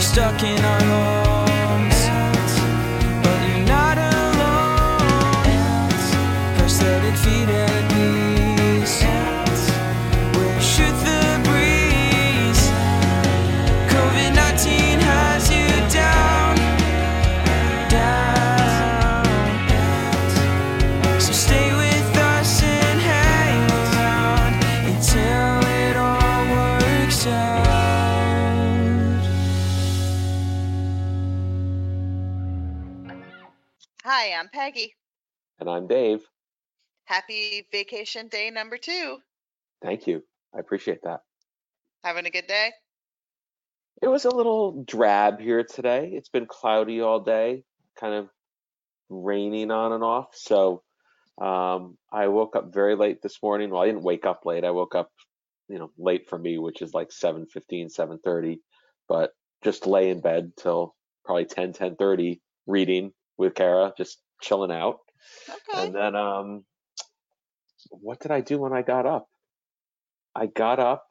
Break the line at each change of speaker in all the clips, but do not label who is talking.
stuck in our homes. But you're not alone. Prosthetic feet at peace. Where you shoot the breeze. COVID 19 has you down. Down. So stay with us and hang around until it all works out.
Hi, I'm Peggy.
And I'm Dave.
Happy vacation day number two.
Thank you. I appreciate that.
Having a good day?
It was a little drab here today. It's been cloudy all day, kind of raining on and off. So um, I woke up very late this morning. Well, I didn't wake up late. I woke up, you know, late for me, which is like 7:15, 7:30, but just lay in bed till probably 10, 10:30 reading with Kara, just chilling out.
Okay.
And then um what did I do when I got up? I got up,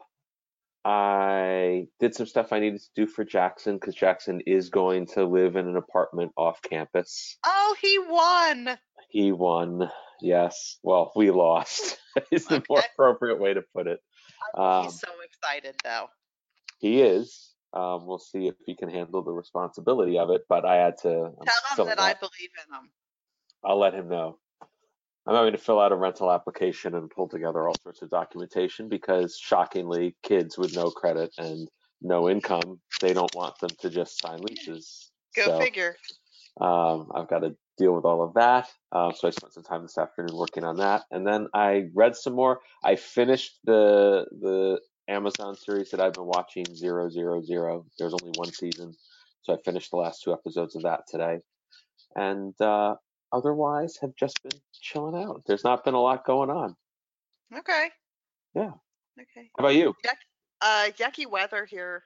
I did some stuff I needed to do for Jackson because Jackson is going to live in an apartment off campus.
Oh, he won.
He won. Yes. Well, we lost is the more
Okay.
appropriate way to put it. Um,
He's so excited, though.
he is. Um, we'll see if he can handle the responsibility of it, but I had to I'm
Tell him
filling
that
out-
I believe in him.
I'll let him know. I'm having to fill out a rental application and pull together all sorts of documentation because shockingly, kids with no credit and no income, they don't want them to just sign leases.
Go
so
figure.
um, I've got to deal with all of that. Uh, so I spent some time this afternoon working on that, and then I read some more. I finished the the Amazon series that I've been watching, Zero Zero Zero. There's only one season, so I finished the last two episodes of that today. And uh, otherwise, have just been chilling out. There's not been a lot going on.
Okay.
Yeah.
Okay.
How about you?
Uh, yucky weather here.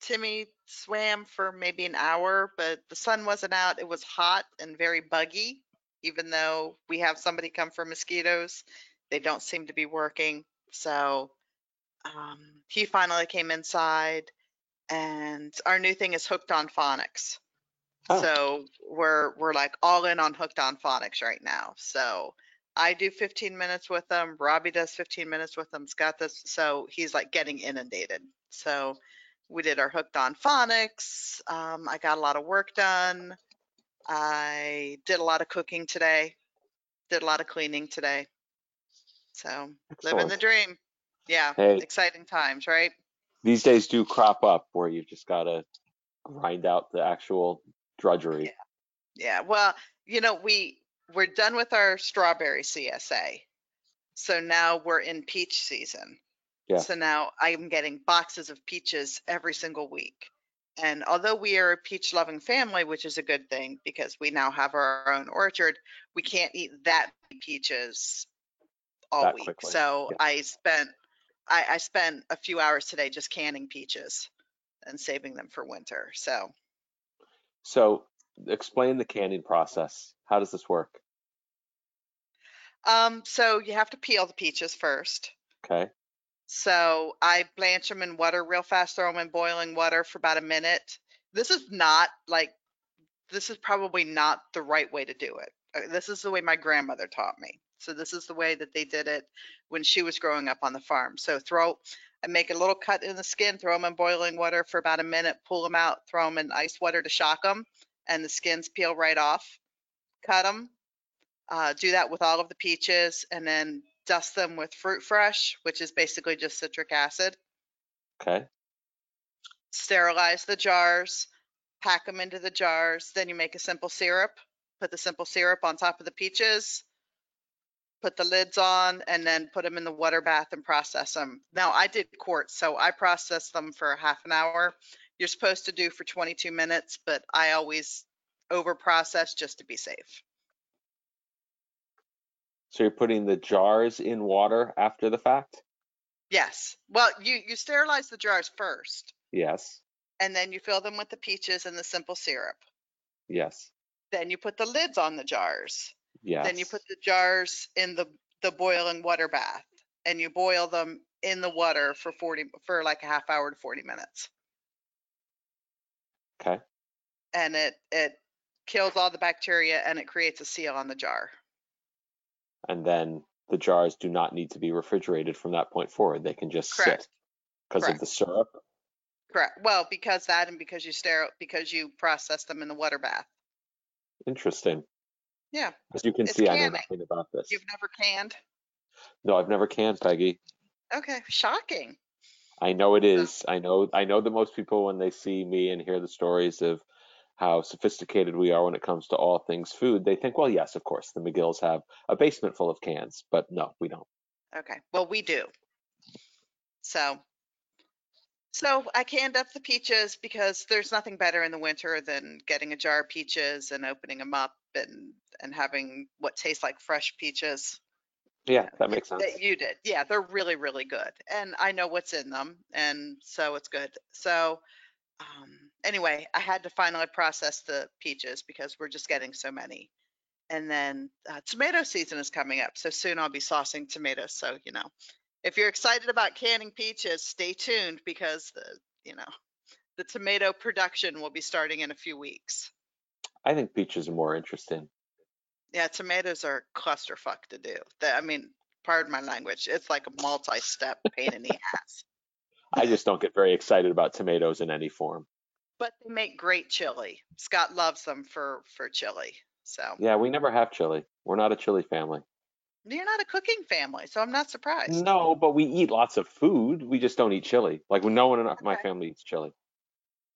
Timmy swam for maybe an hour, but the sun wasn't out. It was hot and very buggy, even though we have somebody come for mosquitoes. They don't seem to be working. So um, he finally came inside, and our new thing is hooked on phonics.
Oh.
So we're we're like all in on hooked on phonics right now. So I do 15 minutes with them. Robbie does 15 minutes with them. Scott does. So he's like getting inundated. So we did our hooked on phonics. Um, I got a lot of work done. I did a lot of cooking today. Did a lot of cleaning today. So living the
Excellent.
dream. Yeah.
Hey.
Exciting times, right?
These days do crop up where you've just got to grind out the actual drudgery.
Yeah, well, you know, we we're done with our strawberry CSA. So now we're in peach season.
Yeah.
So now I'm getting boxes of peaches every single week. And although we are a peach loving family, which is a good thing because we now have our own orchard, we can't eat that many peaches all
That
week.
quickly,
So
yeah.
I spent I, I spent a few hours today just canning peaches and saving them for winter. So
So, explain the canning process. How does this work?
um so you have to peel the peaches first.
Okay.
So I blanch them in water real fast, throw them in boiling water for about a minute. This is not like, this is probably not the right way to do it. Uh, This is the way my grandmother taught me. So this is the way that they did it when she was growing up on the farm. So throw, I make a little cut in the skin, throw them in boiling water for about a minute, pull them out, throw them in ice water to shock them, and the skins peel right off. Cut them, uh, do that with all of the peaches and then dust them with fruit fresh, which is basically just citric acid.
Okay.
Sterilize the jars, pack them into the jars. Then you make a simple syrup, put the simple syrup on top of the peaches, put the lids on, and then put them in the water bath and process them. Now, I did quartz, so I processed them for half an hour. You're supposed to do for 22 minutes, but I always over process just to be safe.
So you're putting the jars in water after the fact?
Yes. Well, you you sterilize the jars first,
Yes.
and then you fill them with the peaches and the simple syrup.
Yes.
Then you put the lids on the jars.
Yes.
Then you put the jars in the the boiling water bath, and you boil them in the water for 40 for like a half hour to 40 minutes.
Okay.
and it it kills all the bacteria and it creates a seal on the jar.
And then the jars do not need to be refrigerated from that point forward. They can just
Correct.
sit because of
Correct.
the syrup.
Correct. Well, because that and because you sterile because you process them in the water bath.
Interesting.
Yeah.
As you can
It's
see, I know
canning.
nothing about this.
You've never canned.
No, I've never canned, Peggy.
Okay. Shocking.
I know it is. I know. I know that most people, when they see me and hear the stories of how sophisticated we are when it comes to all things food, they think, well, yes, of course, the McGills have a basement full of cans, but no, we don't.
Okay. Well, we do. So so I canned up the peaches because there's nothing better in the winter than getting a jar of peaches and opening them up and and having what tastes like fresh peaches.
Yeah, that makes sense.
that you did. Yeah, they're really, really good. And I know what's in them. And so it's good. So um, anyway, I had to finally process the peaches because we're just getting so many. And then uh, tomato season is coming up. So soon I'll be saucing tomatoes. So, you know, if you're excited about canning peaches, stay tuned because, the, you know, the tomato production will be starting in a few weeks.
I think peaches are more interesting.
Yeah, tomatoes are a clusterfuck to do. That I mean, pardon my language. It's like a multi-step pain in the ass.
I just don't get very excited about tomatoes in any form.
But they make great chili. Scott loves them for for chili. So
Yeah, we never have chili. We're not a chili family.
you're not a cooking family, so I'm not surprised.
No, but we eat lots of food. We just don't eat chili. Like no one in our- my
Okay.
family eats chili.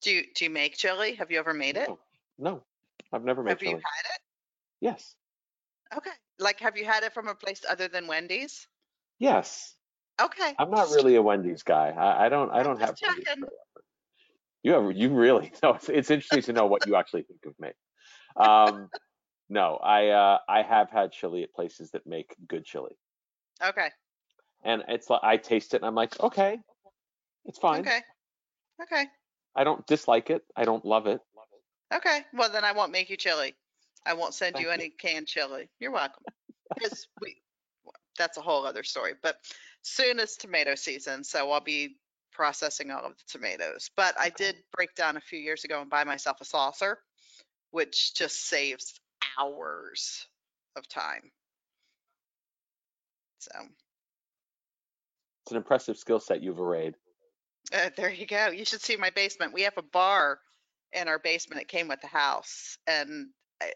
Do you do you make chili? Have you ever made it?
No, no, I've never made
Have you
chili.
had
Yes,
it? Okay. Like have you had it from a place other than Wendy's?
yes.
Okay.
I'm not really a Wendy's guy. I, I don't. I
I'm
don't have.
just
Wendy's
checking.
for effort. You have. You really. No, it's, it's interesting to know what you actually think of me. Um, no, I. Uh, I have had chili at places that make good chili,
Okay.
and it's like I taste it and I'm like, okay, it's fine.
Okay. Okay.
I don't dislike it. I don't love it.
Okay. Well, then I won't make you chili. I won't send
Thank
you
you.
any canned chili. You're welcome. 'Cause we, w- that's a whole other story. But soon is tomato season, so I'll be processing all of the tomatoes. But I did break down a few years ago and buy myself a saucer, which just saves hours of time. So
It's an impressive skill set you've arrayed.
uh, there you go. You should see my basement. We have a bar in our basement. It came with the house, and I,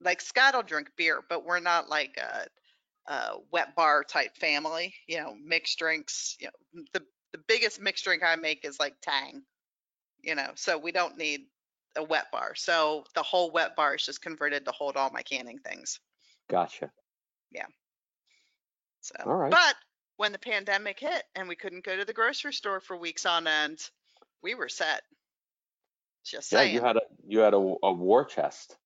like Scott will drink beer, but we're not like a, a wet bar type family. You know, mixed drinks. You know, m- the the biggest mixed drink I make is like Tang. You know, so we don't need a wet bar. So the whole wet bar is just converted to hold all my canning things.
Gotcha.
So,
All right.
but when the pandemic hit and we couldn't go to the grocery store for weeks on end, we were set. Just
Yeah,
saying.
you had a you had a, a war chest.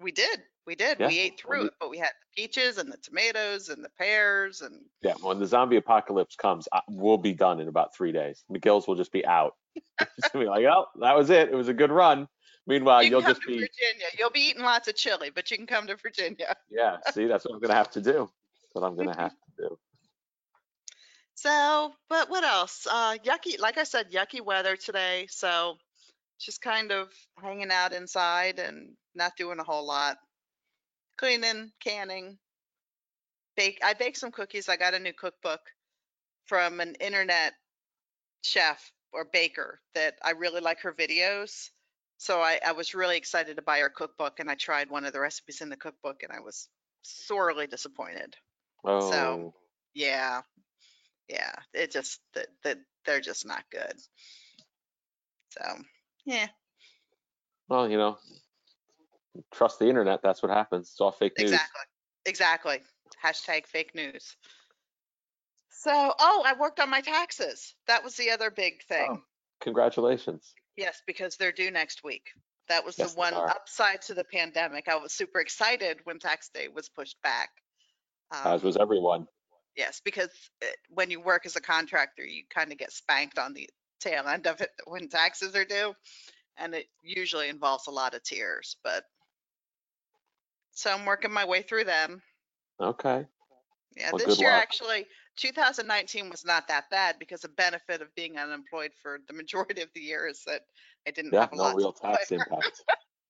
we did. We did.
Yeah,
We ate
well,
through it, but we had the peaches and the tomatoes and the pears and
Yeah, when the zombie apocalypse comes, I, we'll be done in about three days. McGill's will just be out. Just gonna be like, oh, that was it. It was a good run. Meanwhile,
you
Uh, you'll
can come
just
to
be,
Virginia. You'll be eating lots of chili, but you can come to Virginia.
yeah. See, that's what I'm gonna have to do. That's what I'm gonna have to do.
So, but what else? Uh, yucky, like I said, yucky weather today. So just kind of hanging out inside and not doing a whole lot. Cleaning, canning, bake. I baked some cookies. I got a new cookbook from an internet chef or baker that I really like her videos. So I, I was really excited to buy her cookbook and I tried one of the recipes in the cookbook and I was sorely disappointed.
Oh,
Yeah. Yeah. It just, that, that they're just not good. So, yeah.
well, you know, trust the internet. That's what happens. It's all fake news.
Exactly. Exactly. Hashtag fake news. So, oh, I worked on my taxes. That was the other big thing.
Oh, congratulations.
Yes, because they're due next week. That was the
Yes, they
one
are.
upside to the pandemic. I was super excited when tax day was pushed back.
As
Um,
was everyone.
Yes, because it, when you work as a contractor, you kind of get spanked on the tail end of it when taxes are due, and it usually involves a lot of tears. But so I'm working my way through them.
Okay.
Yeah,
Well,
this
good
year
luck.
actually, 2019 was not that bad because the benefit of being unemployed for the majority of the year is that I didn't
Yeah,
have a
no
lot.
real
to play
tax
for.
impact.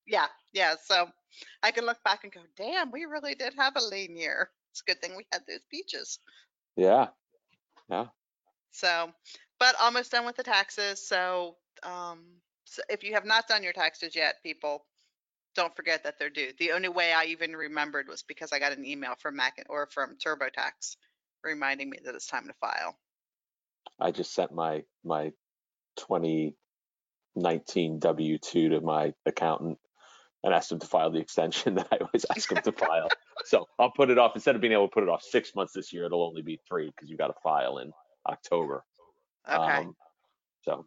Yeah, yeah. So I can look back and go, damn, we really did have a lean year. It's a good thing we had those beaches.
Yeah,
So, but almost done with the taxes. So, um, so if you have not done your taxes yet, people, don't forget that they're due. The only way I even remembered was because I got an email from Mac or from TurboTax reminding me that it's time to file.
I just sent my my 2019 W-2 to my accountant and asked him to file the extension that I always ask him to file. So I'll put it off instead of being able to put it off six months this year. It'll only be three because you got to file in October.
Okay.
Um, so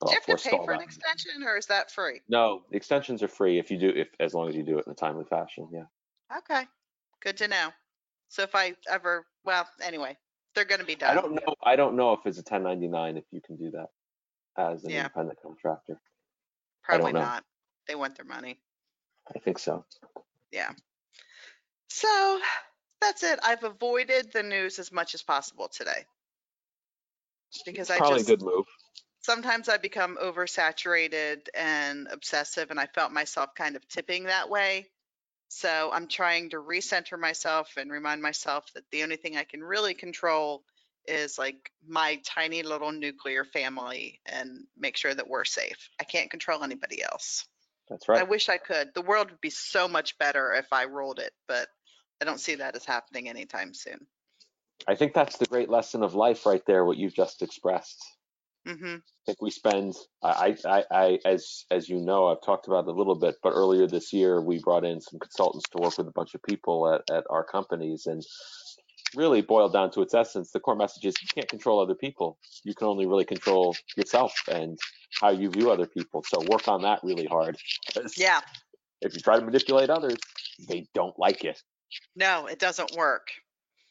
but
Do
I'll
you have to pay
forestall
for an
that.
extension or is that free?
No, the extensions are free if you do if as long as you do it in a timely fashion. Yeah.
Okay. Good to know. So if I ever, well, anyway, they're going to be done.
I don't know. I don't know if it's a 1099 if you can do that as an
Yeah.
independent contractor. I don't
Probably
know.
not. They want their money.
I think so.
So that's it. I've avoided the news as much as possible today. Because I
Probably
just-
a good move.
Sometimes I become oversaturated and obsessive, and I felt myself kind of tipping that way. So I'm trying to recenter myself and remind myself that the only thing I can really control is like my tiny little nuclear family and make sure that we're safe. I can't control anybody else.
That's
I
right.
wish I could. The world would be so much better if I rolled it, but I don't see that as happening anytime soon.
I think that's the great lesson of life right there, what you've just expressed.
hmm
I think we spend, I, I, I, I- as, as you know, I've talked about it a little bit, but earlier this year, we brought in some consultants to work with a bunch of people at, at our companies and really boiled down to its essence. The core message is you can't control other people. You can only really control yourself and how you view other people. So work on that really hard. 'cause
Yeah.
If you try to manipulate others, they don't like it.
No, it doesn't work.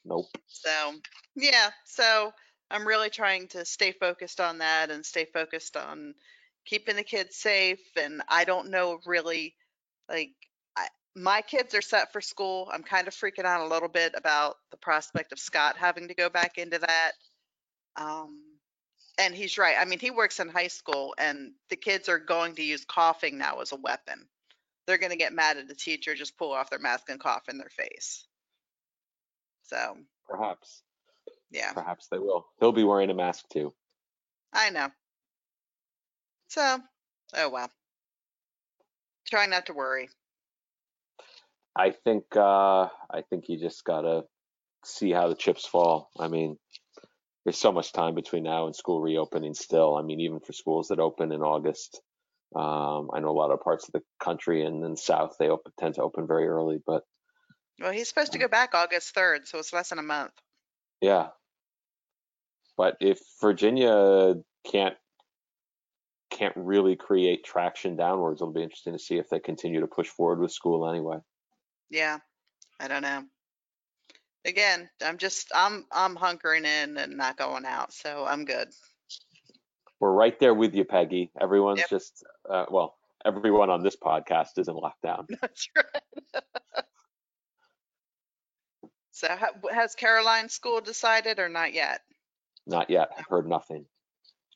Nope.
So, yeah, so I'm really trying to stay focused on that and stay focused on keeping the kids safe. And I don't know really, like, I, my kids are set for school. I'm kind of freaking out a little bit about the prospect of Scott having to go back into that. Um, and he's right. I mean, he works in high school, and the kids are going to use coughing now as a weapon. They're going to get mad at the teacher, just pull off their mask and cough in their face. So,
Perhaps,
yeah.
perhaps they will. He'll be wearing a mask too.
I know. So, oh well. Trying not to worry.
I think uh, I think you just gotta see how the chips fall. I mean, there's so much time between now and school reopening still. I mean, even for schools that open in August, um, I know a lot of parts of the country and then south they open, tend to open very early. But
Well, he's supposed to go back August 3rd, so it's less than a month.
yeah, but if Virginia can't can't really create traction downwards, it'll be interesting to see if they continue to push forward with school anyway.
Yeah, I don't know. Again, I'm just I'm I'm hunkering in and not going out, so I'm good.
We're right there with you, Peggy. Everyone's
Yep.
just uh, well, everyone on this podcast is in lockdown.
That's right. So ha- has Caroline school decided or not yet?
Not yet. I've heard nothing.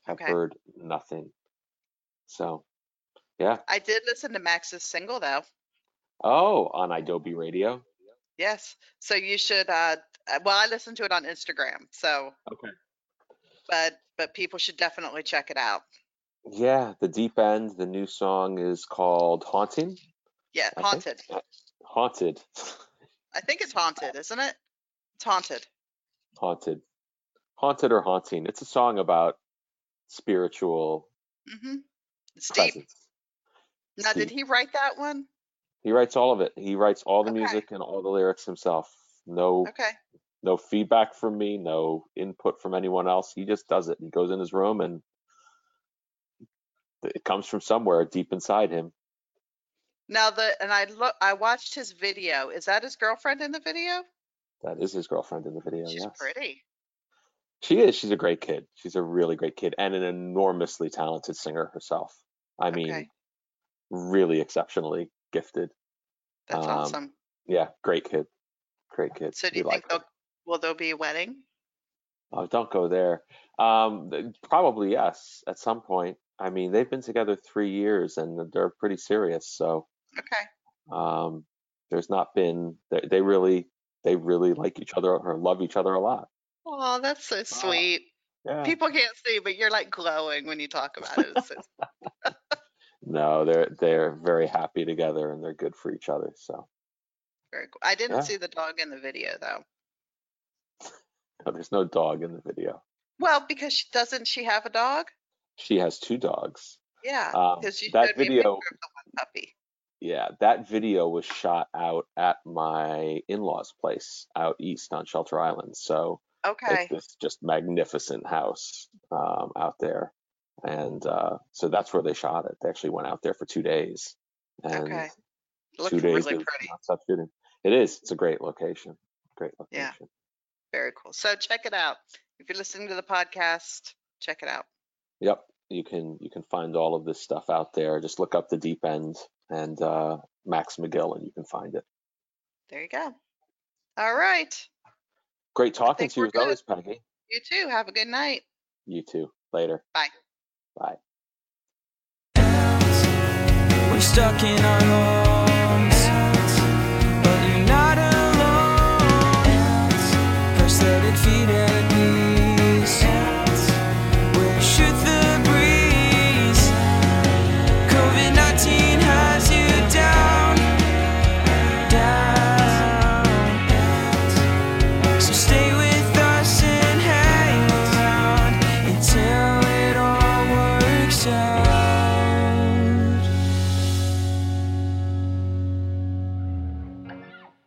I've
Okay.
heard nothing. So,
I did listen to Max's single though.
oh, on Adobe Radio.
Yes. So you should uh uh, well, I listened to it on Instagram. So
Okay.
but but people should definitely check it out.
Yeah, the deep end. The new song is called "Haunting."
Yeah,
I think.
haunted.
Haunted.
I think it's haunted, isn't it? It's haunted.
Haunted. Haunted or haunting. It's a song about spiritual
hmm It's deep.
presence.
Now, did
deep.
he write that one?
He writes all of it. He writes all the
Okay.
music and all the lyrics himself. No,
Okay.
no feedback from me. No input from anyone else. He just does it. He goes in his room and it comes from somewhere deep inside him.
Now the and I look, I watched his video. Is that his girlfriend in the video?
That is his girlfriend in the video.
She's
yes.
pretty.
She is. She's a great kid. She's a really great kid and an enormously talented singer herself. I mean,
Okay.
really exceptionally gifted.
That's
Um,
awesome.
Yeah, great kid. Great kid.
So do
We
you think
like her.
they'll, will there be a wedding?
Oh, don't go there. Um, th- probably yes, at some point. I mean, they've been together three years and they're pretty serious. So
Okay.
um, there's not been they, they really they really like each other or love each other a lot.
Oh, that's so sweet.
Yeah.
People can't see, but you're like glowing when you talk about it. It's so
No, they're they're very happy together and they're good for each other. So
very cool. I didn't
Yeah.
see the dog in the video though.
no, there's no dog in the video.
Well, because she, doesn't she have a dog?
She has two dogs.
Yeah,
Um,
because you
that
showed me a picture
video-
of the one puppy.
Yeah, that video was shot out at my in-laws' place out east on Shelter Island. So
Okay.
It's this just magnificent house um, out there. And uh, so that's where they shot it. They actually went out there for two days. And
Okay. Looks
two days
really
of
pretty.
nonstop shooting. It is. It's a great location. Great
Yeah.
location.
Very cool. So check it out. If you're listening to the podcast, check it out.
Yep. You can you can find all of this stuff out there. Just look up the deep end and uh, Max McGill and you can find it.
There you go. All right.
Great talking
think
to you
we're
as always, Peggy.
You too. Have a good night.
You too. Later.
We're stuck in our homes, but you're not alone. Prosthetic feet at knees, where should the breeze? COVID 19 has you down, down. So stay